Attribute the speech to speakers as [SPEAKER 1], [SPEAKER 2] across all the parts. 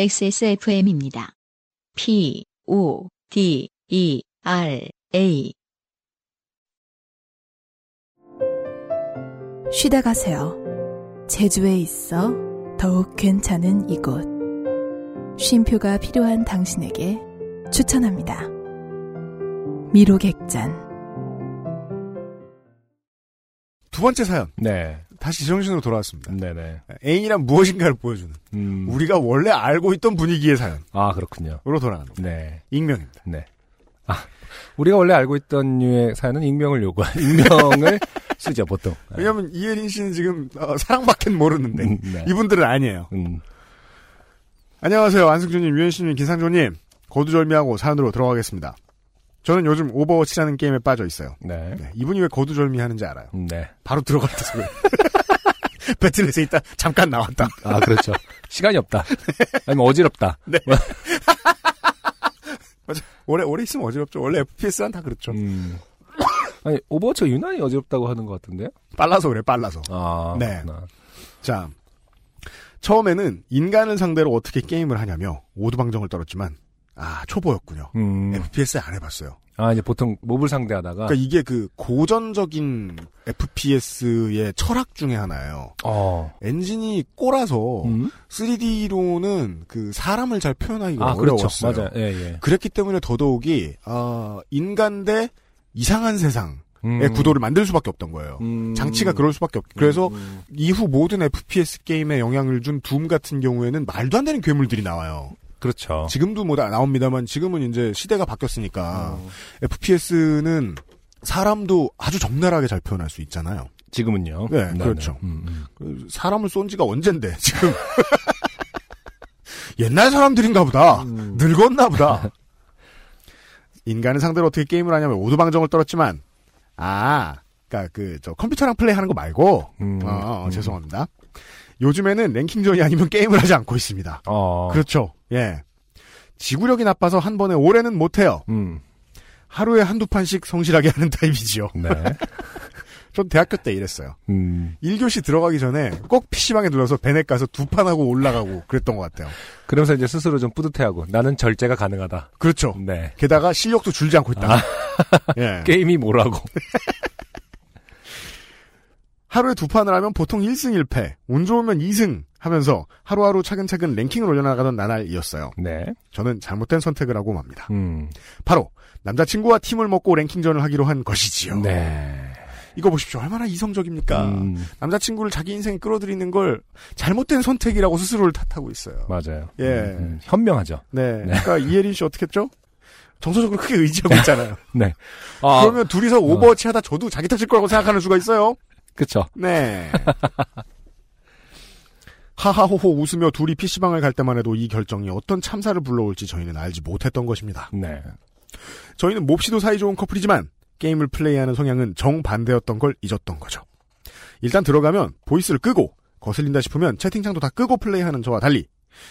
[SPEAKER 1] XSFM입니다. P, O, D, E, R, A.
[SPEAKER 2] 쉬다 가세요. 제주에 있어 더욱 괜찮은 이곳. 쉼표가 필요한 당신에게 추천합니다. 미로객잔.
[SPEAKER 3] 두 번째 사연
[SPEAKER 4] 네.
[SPEAKER 3] 다시 정신으로 돌아왔습니다.
[SPEAKER 4] 네네.
[SPEAKER 3] 애인이란 무엇인가를 보여주는
[SPEAKER 4] 음.
[SPEAKER 3] 우리가 원래 알고 있던 분위기의 사연으로
[SPEAKER 4] 아, 그렇군요.
[SPEAKER 3] 돌아가는 겁니다.
[SPEAKER 4] 네.
[SPEAKER 3] 익명입니다.
[SPEAKER 4] 네. 아, 우리가 원래 알고 있던 류의 사연은 익명을 요구한, 익명을 쓰죠, 보통.
[SPEAKER 3] 왜냐하면 이혜린 씨는 지금 어, 사랑밖엔 모르는데
[SPEAKER 4] 네. 음, 네.
[SPEAKER 3] 이분들은 아니에요.
[SPEAKER 4] 음,
[SPEAKER 3] 안녕하세요. 안승준님, 유현씨님, 김상조님. 거두절미하고 사연으로 들어가겠습니다. 저는 요즘 오버워치라는 게임에 빠져 있어요.
[SPEAKER 4] 네.
[SPEAKER 3] 네, 이분이 왜 거두절미하는지 알아요.
[SPEAKER 4] 음, 네.
[SPEAKER 3] 바로 들어갔다고요. 배틀에서 있다 잠깐 나왔다.
[SPEAKER 4] 아, 그렇죠. 시간이 없다. 아니면 어지럽다.
[SPEAKER 3] 오래 오래 있으면 어지럽죠. 원래 FPS는 다 그렇죠.
[SPEAKER 4] 음. 아니, 오버워치가 유난히 어지럽다고 하는 것 같은데요?
[SPEAKER 3] 빨라서 그래. 빨라서.
[SPEAKER 4] 아,
[SPEAKER 3] 네.
[SPEAKER 4] 그렇구나.
[SPEAKER 3] 자. 처음에는 인간을 상대로 어떻게 게임을 하냐며 오두방정을 떨었지만 아, 초보였군요.
[SPEAKER 4] 음.
[SPEAKER 3] FPS 안 해봤어요.
[SPEAKER 4] 아, 이제 보통 몹을 상대하다가.
[SPEAKER 3] 네. 그러니까 이게 그 고전적인 FPS의 철학 중에 하나예요.
[SPEAKER 4] 어.
[SPEAKER 3] 엔진이 꼬라서
[SPEAKER 4] 음?
[SPEAKER 3] 3D로는 그 사람을 잘 표현하기가
[SPEAKER 4] 아, 그렇죠.
[SPEAKER 3] 어려웠어요.
[SPEAKER 4] 맞아요. 예, 예.
[SPEAKER 3] 그랬기 때문에 더더욱이 아, 인간 대 이상한 세상의
[SPEAKER 4] 음.
[SPEAKER 3] 예, 구도를 만들 수밖에 없던 거예요.
[SPEAKER 4] 음.
[SPEAKER 3] 장치가 그럴 수밖에 없. 그래서
[SPEAKER 4] 음.
[SPEAKER 3] 이후 모든 FPS 게임에 영향을 준 둠 같은 경우에는 말도 안 되는 괴물들이 나와요.
[SPEAKER 4] 그렇죠.
[SPEAKER 3] 지금도 뭐 나- 나옵니다만 지금은 이제 시대가 바뀌었으니까
[SPEAKER 4] 어.
[SPEAKER 3] FPS는 사람도 아주 적나라하게 잘 표현할 수 있잖아요.
[SPEAKER 4] 지금은요.
[SPEAKER 3] 네, 그렇죠.
[SPEAKER 4] 음, 음.
[SPEAKER 3] 그 사람을 쏜 지가 언젠데 지금 옛날 사람들인가 보다
[SPEAKER 4] 음.
[SPEAKER 3] 늙었나 보다 인간을 상대로 어떻게 게임을 하냐면 오두방정을 떨었지만 아 그러니까 그 저 컴퓨터랑 플레이하는 거 말고
[SPEAKER 4] 음,
[SPEAKER 3] 어, 어,
[SPEAKER 4] 음.
[SPEAKER 3] 죄송합니다 요즘에는 랭킹전이 아니면 게임을 하지 않고 있습니다
[SPEAKER 4] 어.
[SPEAKER 3] 그렇죠 예 지구력이 나빠서 한 번에 오래는 못해요
[SPEAKER 4] 음.
[SPEAKER 3] 하루에 한두 판씩 성실하게 하는 타입이지요
[SPEAKER 4] 네.
[SPEAKER 3] 전 대학교 때 이랬어요
[SPEAKER 4] 음.
[SPEAKER 3] 1교시 들어가기 전에 꼭 PC방에 눌러서 베넷 가서 두 판하고 올라가고 그랬던 것 같아요.
[SPEAKER 4] 그러면서 이제 스스로 좀 뿌듯해하고 나는 절제가 가능하다.
[SPEAKER 3] 그렇죠.
[SPEAKER 4] 네.
[SPEAKER 3] 게다가 실력도 줄지 않고 있다. 예.
[SPEAKER 4] 아. 게임이 뭐라고.
[SPEAKER 3] 하루에 두 판을 하면 보통 1승 1패, 운 좋으면 2승 하면서 하루하루 차근차근 랭킹을 올려나가던 나날이었어요.
[SPEAKER 4] 네.
[SPEAKER 3] 저는 잘못된 선택을 하고 맙니다.
[SPEAKER 4] 음.
[SPEAKER 3] 바로 남자친구와 팀을 먹고 랭킹전을 하기로 한 것이지요.
[SPEAKER 4] 네.
[SPEAKER 3] 이거 보십시오. 얼마나 이성적입니까?
[SPEAKER 4] 음,
[SPEAKER 3] 남자친구를 자기 인생에 끌어들이는 걸 잘못된 선택이라고 스스로를 탓하고 있어요.
[SPEAKER 4] 맞아요.
[SPEAKER 3] 예.
[SPEAKER 4] 음, 음. 현명하죠.
[SPEAKER 3] 네. 그러니까 이혜린 씨 어떻게 했죠? 정서적으로 크게 의지하고 있잖아요.
[SPEAKER 4] 네. 아,
[SPEAKER 3] 그러면 둘이서 오버워치 하다 저도 자기 탓일 거라고 생각하는 수가 있어요.
[SPEAKER 4] 그쵸.
[SPEAKER 3] 네. 하하호호 웃으며 둘이 PC방을 갈 때만 해도 이 결정이 어떤 참사를 불러올지 저희는 알지 못했던 것입니다.
[SPEAKER 4] 네.
[SPEAKER 3] 저희는 몹시도 사이좋은 커플이지만 게임을 플레이하는 성향은 정반대였던 걸 잊었던 거죠. 일단 들어가면 보이스를 끄고 거슬린다 싶으면 채팅창도 다 끄고 플레이하는 저와 달리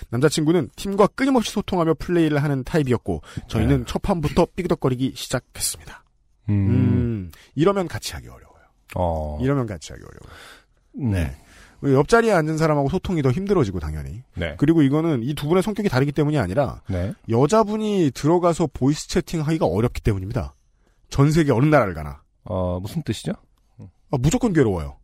[SPEAKER 3] 남자친구는 팀과 끊임없이 소통하며 플레이를 하는 타입이었고 저희는 첫 판부터 삐그덕거리기 시작했습니다.
[SPEAKER 4] 네. 음.
[SPEAKER 3] 음, 예. 이러면 같이 하기 어려워요.
[SPEAKER 4] 어.
[SPEAKER 3] 이러면 같이 하기 어려워요.
[SPEAKER 4] 음.
[SPEAKER 3] 네. 우리 옆자리에 앉은 사람하고 소통이 더 힘들어지고 당연히.
[SPEAKER 4] 네.
[SPEAKER 3] 그리고 이거는 이 두 분의 성격이 다르기 때문이 아니라
[SPEAKER 4] 네.
[SPEAKER 3] 여자분이 들어가서 보이스 채팅하기가 어렵기 때문입니다. 전 세계 어느 나라를 가나
[SPEAKER 4] 어, 무슨 뜻이죠?
[SPEAKER 3] 아, 무조건 괴로워요.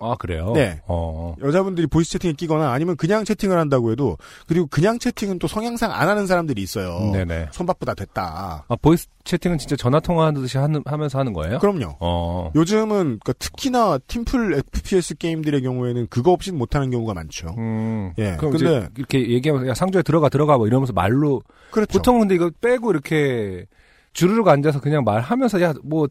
[SPEAKER 4] 아, 그래요?
[SPEAKER 3] 네.
[SPEAKER 4] 어.
[SPEAKER 3] 여자분들이 보이스 채팅에 끼거나 아니면 그냥 채팅을 한다고 해도 그리고 그냥 채팅은 또 성향상 안 하는 사람들이 있어요.
[SPEAKER 4] 네네.
[SPEAKER 3] 손바쁘다 됐다.
[SPEAKER 4] 아, 보이스 채팅은 진짜 전화 통화하듯이 하는, 하면서 하는 거예요?
[SPEAKER 3] 그럼요.
[SPEAKER 4] 어.
[SPEAKER 3] 요즘은 그러니까 특히나 팀플 FPS 게임들의 경우에는 그거 없인 못하는 경우가 많죠.
[SPEAKER 4] 음.
[SPEAKER 3] 예,
[SPEAKER 4] 그럼
[SPEAKER 3] 근데-
[SPEAKER 4] 이제 이렇게 얘기하면서 야 상조에 들어가 들어가 뭐 이러면서 말로
[SPEAKER 3] 그렇죠.
[SPEAKER 4] 보통 근데 이거 빼고 이렇게 주르륵 앉아서 그냥 말하면서 야 뭐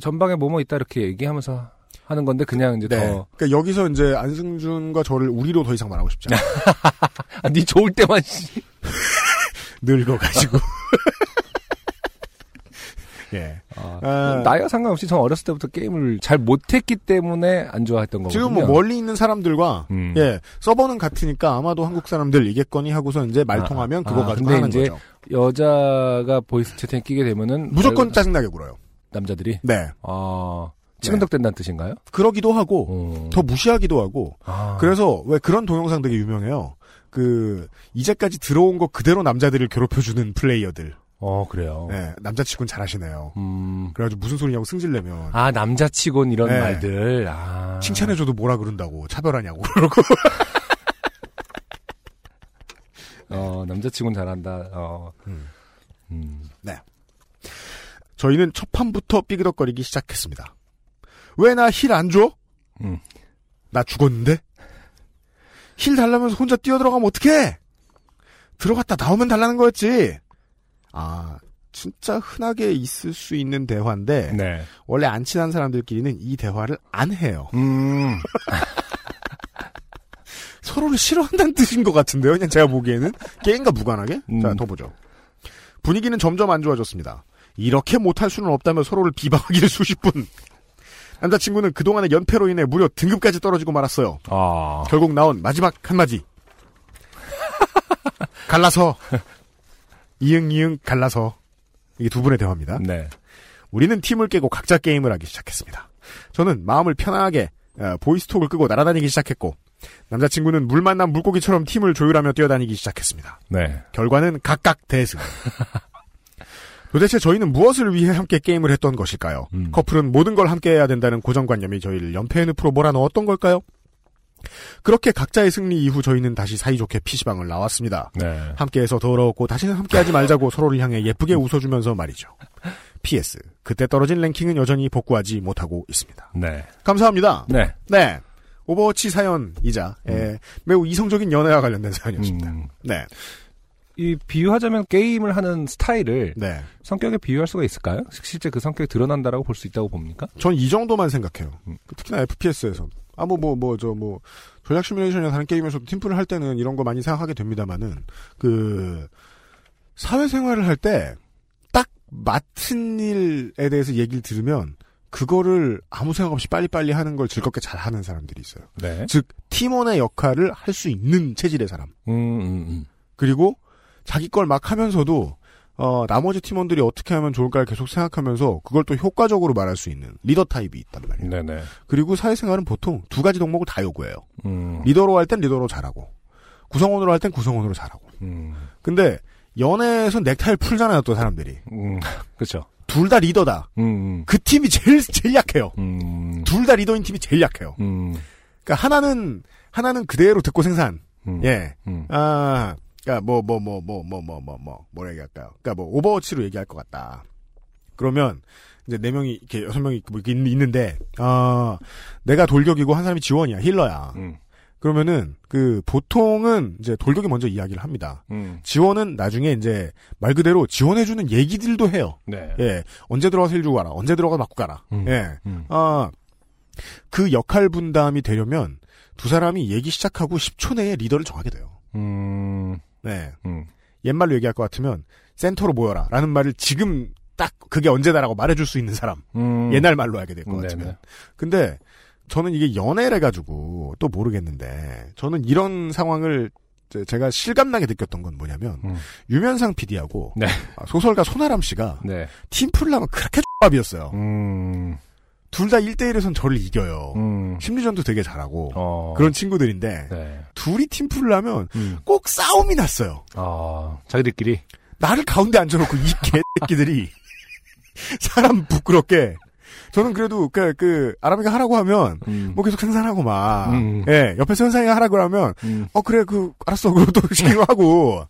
[SPEAKER 4] 전방에 뭐뭐 있다 이렇게 얘기하면서 하는 건데 그냥 이제
[SPEAKER 3] 네.
[SPEAKER 4] 더
[SPEAKER 3] 그러니까 여기서 이제 안승준과 저를 우리로 더 이상 말하고 싶지 않아요.
[SPEAKER 4] 아, 네 좋을 때만 씨. 네.
[SPEAKER 3] 늙어가지고. 예.
[SPEAKER 4] 아,
[SPEAKER 3] 아,
[SPEAKER 4] 나이와 상관없이 전 어렸을 때부터 게임을 잘 못했기 때문에 안 좋아했던 거거든요.
[SPEAKER 3] 지금 뭐 멀리 있는 사람들과
[SPEAKER 4] 음.
[SPEAKER 3] 예 서버는 같으니까 아마도 한국 사람들 이겠거니 하고서 이제 말통하면
[SPEAKER 4] 아,
[SPEAKER 3] 그거
[SPEAKER 4] 아,
[SPEAKER 3] 가지고
[SPEAKER 4] 근데
[SPEAKER 3] 하는
[SPEAKER 4] 이제
[SPEAKER 3] 거죠.
[SPEAKER 4] 여자가 보이스 채팅 끼게 되면은
[SPEAKER 3] 무조건
[SPEAKER 4] 말-
[SPEAKER 3] 짜증나게 굴어요.
[SPEAKER 4] 남자들이
[SPEAKER 3] 네.
[SPEAKER 4] 아 치근덕된다는 뜻인가요?
[SPEAKER 3] 그러기도 하고
[SPEAKER 4] 어.
[SPEAKER 3] 더 무시하기도 하고
[SPEAKER 4] 아,
[SPEAKER 3] 그래서 왜 그런 동영상 되게 유명해요. 그 이제까지 들어온 거 그대로 남자들을 괴롭혀주는 플레이어들.
[SPEAKER 4] 어, 그래요.
[SPEAKER 3] 네, 남자치곤 잘하시네요.
[SPEAKER 4] 음.
[SPEAKER 3] 그래가지고 무슨 소리냐고 승질내면
[SPEAKER 4] 아, 남자치곤 이런
[SPEAKER 3] 네.
[SPEAKER 4] 말들. 아.
[SPEAKER 3] 칭찬해줘도 뭐라 그런다고 차별하냐고 그러고
[SPEAKER 4] 어, 남자치곤 잘한다. 어.
[SPEAKER 3] 음.
[SPEAKER 4] 음.
[SPEAKER 3] 저희는 첫 판부터 삐그덕거리기 시작했습니다. 왜 나 힐 안 줘?
[SPEAKER 4] 음.
[SPEAKER 3] 나 죽었는데? 힐 달라면서 혼자 뛰어들어가면 어떡해? 들어갔다 나오면 달라는 거였지. 아, 진짜 흔하게 있을 수 있는 대화인데
[SPEAKER 4] 네.
[SPEAKER 3] 원래 안 친한 사람들끼리는 이 대화를 안 해요.
[SPEAKER 4] 음.
[SPEAKER 3] 서로를 싫어한다는 뜻인 것 같은데요. 그냥 제가 보기에는 게임과 무관하게.
[SPEAKER 4] 음.
[SPEAKER 3] 자, 더 보죠. 분위기는 점점 안 좋아졌습니다. 이렇게 못할 수는 없다며 서로를 비방하기를 수십 분. 남자친구는 그동안의 연패로 인해 무려 등급까지 떨어지고 말았어요.
[SPEAKER 4] 아.
[SPEAKER 3] 결국 나온 마지막 한마디. 갈라서. 이응 이응 갈라서. 이게 두 분의 대화입니다.
[SPEAKER 4] 네.
[SPEAKER 3] 우리는 팀을 깨고 각자 게임을 하기 시작했습니다. 저는 마음을 편하게 어, 보이스톡을 끄고 날아다니기 시작했고 남자친구는 물 만난 물고기처럼 팀을 조율하며 뛰어다니기 시작했습니다.
[SPEAKER 4] 네.
[SPEAKER 3] 결과는 각각 대승. 도대체 저희는 무엇을 위해 함께 게임을 했던 것일까요?
[SPEAKER 4] 음.
[SPEAKER 3] 커플은 모든 걸 함께 해야 된다는 고정관념이 저희를 연패의 늪으로 몰아넣었던 걸까요? 그렇게 각자의 승리 이후 저희는 다시 사이좋게 PC방을 나왔습니다.
[SPEAKER 4] 네.
[SPEAKER 3] 함께해서 더러웠고 다시는 함께하지 말자고 서로를 향해 예쁘게 웃어주면서 말이죠. PS 그때 떨어진 랭킹은 여전히 복구하지 못하고 있습니다.
[SPEAKER 4] 네.
[SPEAKER 3] 감사합니다.
[SPEAKER 4] 네.
[SPEAKER 3] 네. 오버워치 사연이자 예, 매우 이성적인 연애와 관련된 사연이었습니다.
[SPEAKER 4] 음.
[SPEAKER 3] 네,
[SPEAKER 4] 이 비유하자면 게임을 하는 스타일을
[SPEAKER 3] 네.
[SPEAKER 4] 성격에 비유할 수가 있을까요? 실제 그 성격이 드러난다라고 볼 수 있다고 봅니까?
[SPEAKER 3] 전 이 정도만 생각해요. 특히나 FPS에서 아뭐 뭐 뭐 저 뭐 전략 시뮬레이션이나 다른 게임에서도 팀플을 할 때는 이런 거 많이 생각하게 됩니다만은 그 사회생활을 할 때 딱 맡은 일에 대해서 얘기를 들으면 그거를 아무 생각 없이 빨리빨리 하는 걸 즐겁게 잘 하는 사람들이 있어요.
[SPEAKER 4] 네.
[SPEAKER 3] 즉 팀원의 역할을 할 수 있는 체질의 사람.
[SPEAKER 4] 음, 음, 음.
[SPEAKER 3] 그리고 자기 걸 막 하면서도 어, 나머지 팀원들이 어떻게 하면 좋을까를 계속 생각하면서 그걸 또 효과적으로 말할 수 있는 리더 타입이 있단 말이에요.
[SPEAKER 4] 음. 네네.
[SPEAKER 3] 그리고 사회생활은 보통 두 가지 덕목을 다 요구해요.
[SPEAKER 4] 음.
[SPEAKER 3] 리더로 할 땐 리더로 잘하고 구성원으로 할 땐 구성원으로 잘하고.
[SPEAKER 4] 음.
[SPEAKER 3] 근데 연애에선 넥타이를 풀잖아요, 또 사람들이.
[SPEAKER 4] 음. 그쵸.
[SPEAKER 3] 둘 다 리더다.
[SPEAKER 4] 음.
[SPEAKER 3] 그 팀이 제일 제일 약해요.
[SPEAKER 4] 음.
[SPEAKER 3] 둘 다 리더인 팀이 제일 약해요.
[SPEAKER 4] 음.
[SPEAKER 3] 그러니까 하나는 하나는 그대로 듣고 생산.
[SPEAKER 4] 음.
[SPEAKER 3] 예.
[SPEAKER 4] 음.
[SPEAKER 3] 아, 그니까 뭐, 뭐, 뭐, 뭐, 뭐, 뭐, 뭐, 뭐, 뭐라 얘기할까요? 그니까 뭐, 오버워치로 얘기할 것 같다. 그러면, 이제 네 명이, 이렇게 여섯 명이 뭐 이렇게 있- 있는데, 아, 내가 돌격이고 한 사람이 지원이야, 힐러야.
[SPEAKER 4] 음.
[SPEAKER 3] 그러면은, 그, 보통은 이제 돌격이 먼저 이야기를 합니다.
[SPEAKER 4] 음.
[SPEAKER 3] 지원은 나중에 이제, 말 그대로 지원해주는 얘기들도 해요.
[SPEAKER 4] 네.
[SPEAKER 3] 예. 언제 들어가서 힐 주고 가라. 언제 들어가서 맞고 가라.
[SPEAKER 4] 음.
[SPEAKER 3] 예.
[SPEAKER 4] 음.
[SPEAKER 3] 아, 그 역할 분담이 되려면, 두 사람이 얘기 시작하고 10초 내에 리더를 정하게 돼요.
[SPEAKER 4] 음.
[SPEAKER 3] 네.
[SPEAKER 4] 음.
[SPEAKER 3] 옛말로 얘기할 것 같으면 센터로 모여라 라는 말을 지금 딱 그게 언제다라고 말해줄 수 있는 사람
[SPEAKER 4] 음.
[SPEAKER 3] 옛날 말로 하게 될 것
[SPEAKER 4] 음,
[SPEAKER 3] 같으면
[SPEAKER 4] 네네.
[SPEAKER 3] 근데 저는 이게 연애를 가지고 또 모르겠는데 저는 이런 상황을 이제 제가 실감나게 느꼈던 건 뭐냐면
[SPEAKER 4] 음.
[SPEAKER 3] 유면상 PD하고
[SPEAKER 4] 네.
[SPEAKER 3] 소설가 손아람 씨가
[SPEAKER 4] 네.
[SPEAKER 3] 팀플을 하면 그렇게 X밥이었어요
[SPEAKER 4] 음.
[SPEAKER 3] 둘 다 1대1에선 저를 이겨요
[SPEAKER 4] 음.
[SPEAKER 3] 심리전도 되게 잘하고
[SPEAKER 4] 어.
[SPEAKER 3] 그런 친구들인데
[SPEAKER 4] 네.
[SPEAKER 3] 둘이 팀플을 하면
[SPEAKER 4] 음.
[SPEAKER 3] 꼭 싸움이 났어요
[SPEAKER 4] 아, 자기들끼리.
[SPEAKER 3] 나를 가운데 앉혀놓고 이 개새끼들이 사람 부끄럽게 저는 그래도 그, 그 아람이가 하라고 하면
[SPEAKER 4] 음.
[SPEAKER 3] 뭐 계속 생산하고 막
[SPEAKER 4] 음.
[SPEAKER 3] 예, 옆에서 현상이가 하라고 하면
[SPEAKER 4] 음.
[SPEAKER 3] 어 그래 그 알았어 그리고 또
[SPEAKER 4] 네.
[SPEAKER 3] 시키고 하고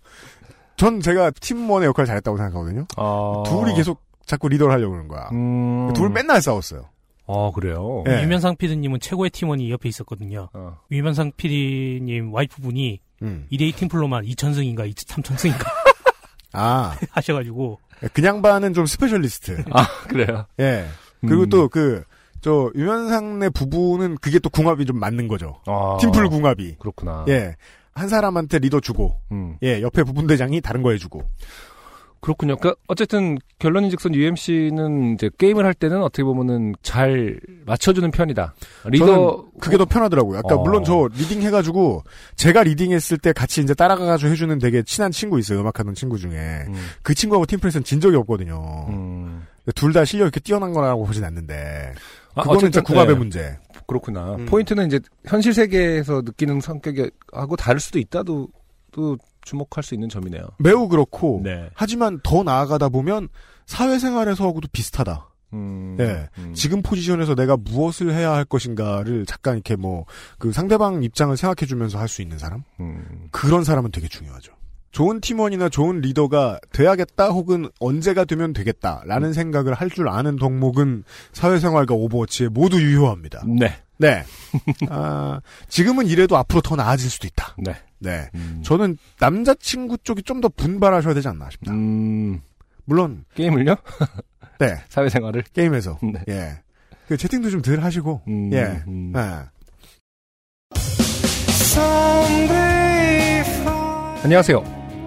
[SPEAKER 3] 전 제가 팀원의 역할을 잘했다고 생각하거든요
[SPEAKER 4] 아.
[SPEAKER 3] 둘이 계속 자꾸 리더를 하려고 그러는 거야
[SPEAKER 4] 음.
[SPEAKER 3] 둘 맨날 싸웠어요
[SPEAKER 4] 아, 그래요?
[SPEAKER 3] 예.
[SPEAKER 5] 유면상 PD님은 최고의 팀원이 옆에 있었거든요.
[SPEAKER 4] 어.
[SPEAKER 5] 유면상 PD님 와이프분이
[SPEAKER 3] 음.
[SPEAKER 5] 이데이 팀플로만 2,000승인가 2,3,000승인가
[SPEAKER 3] 아
[SPEAKER 5] 하셔가지고
[SPEAKER 3] 그냥 반은 좀 스페셜리스트
[SPEAKER 4] 아, 그래요?
[SPEAKER 3] 예 그리고
[SPEAKER 4] 음.
[SPEAKER 3] 또 그 저 유면상네 부부는 그게 또 궁합이 좀 맞는 거죠
[SPEAKER 4] 아.
[SPEAKER 3] 팀플 궁합이
[SPEAKER 4] 그렇구나.
[SPEAKER 3] 예. 한 사람한테 리더 주고,
[SPEAKER 4] 음.
[SPEAKER 3] 예, 옆에 부분대장이 다른 거 해주고.
[SPEAKER 4] 그렇군요. 그 어쨌든 결론인즉슨 UMC는 이제 게임을 할 때는 어떻게 보면은 잘 맞춰주는 편이다. 리더
[SPEAKER 3] 저는 그게 더 편하더라고요. 아까
[SPEAKER 4] 어.
[SPEAKER 3] 물론 저 리딩 해가지고 제가 리딩했을 때 같이 이제 따라가가지고 해주는 되게 친한 친구 있어요. 음악하는 친구 중에
[SPEAKER 4] 음,
[SPEAKER 3] 그 친구하고 팀플에서는 진 적이 없거든요.
[SPEAKER 4] 음.
[SPEAKER 3] 둘 다 실력 이렇게 뛰어난 거라고 보진 않는데
[SPEAKER 4] 아,
[SPEAKER 3] 그거는 진짜
[SPEAKER 4] 어쨌든,
[SPEAKER 3] 국압의
[SPEAKER 4] 예,
[SPEAKER 3] 문제.
[SPEAKER 4] 그렇구나.
[SPEAKER 3] 음.
[SPEAKER 4] 포인트는 이제 현실 세계에서 느끼는 성격하고 다를 수도 있다도 또 주목할 수 있는 점이네요.
[SPEAKER 3] 매우 그렇고
[SPEAKER 4] 네.
[SPEAKER 3] 하지만 더 나아가다 보면 사회생활에서하고도 비슷하다.
[SPEAKER 4] 음,
[SPEAKER 3] 예.
[SPEAKER 4] 음.
[SPEAKER 3] 지금 포지션에서 내가 무엇을 해야 할 것인가를 잠깐 이렇게 뭐 그 상대방 입장을 생각해 주면서 할 수 있는 사람
[SPEAKER 4] 음.
[SPEAKER 3] 그런 사람은 되게 중요하죠. 좋은 팀원이나 좋은 리더가 돼야겠다 혹은 언제가 되면 되겠다라는
[SPEAKER 4] 음.
[SPEAKER 3] 생각을 할 줄 아는 덕목은 사회생활과 오버워치에 모두 유효합니다.
[SPEAKER 4] 네.
[SPEAKER 3] 네. 아, 지금은 이래도 앞으로 더 나아질 수도 있다.
[SPEAKER 4] 네.
[SPEAKER 3] 네.
[SPEAKER 4] 음.
[SPEAKER 3] 저는 남자친구 쪽이 좀 더 분발하셔야 되지 않나 싶다.
[SPEAKER 4] 음,
[SPEAKER 3] 물론,
[SPEAKER 4] 게임을요?
[SPEAKER 3] 네.
[SPEAKER 4] 사회생활을?
[SPEAKER 3] 게임에서.
[SPEAKER 4] 네.
[SPEAKER 3] 예. 그 채팅도 좀 덜 하시고.
[SPEAKER 4] 음,
[SPEAKER 3] 예.
[SPEAKER 4] 음.
[SPEAKER 3] 예.
[SPEAKER 4] 안녕하세요.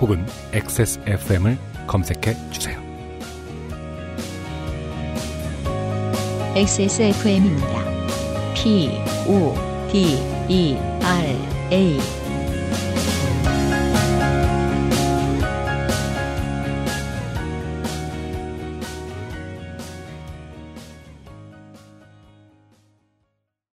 [SPEAKER 4] 혹은 XSFM을 검색해 주세요.
[SPEAKER 1] XSFM입니다. P O D E R A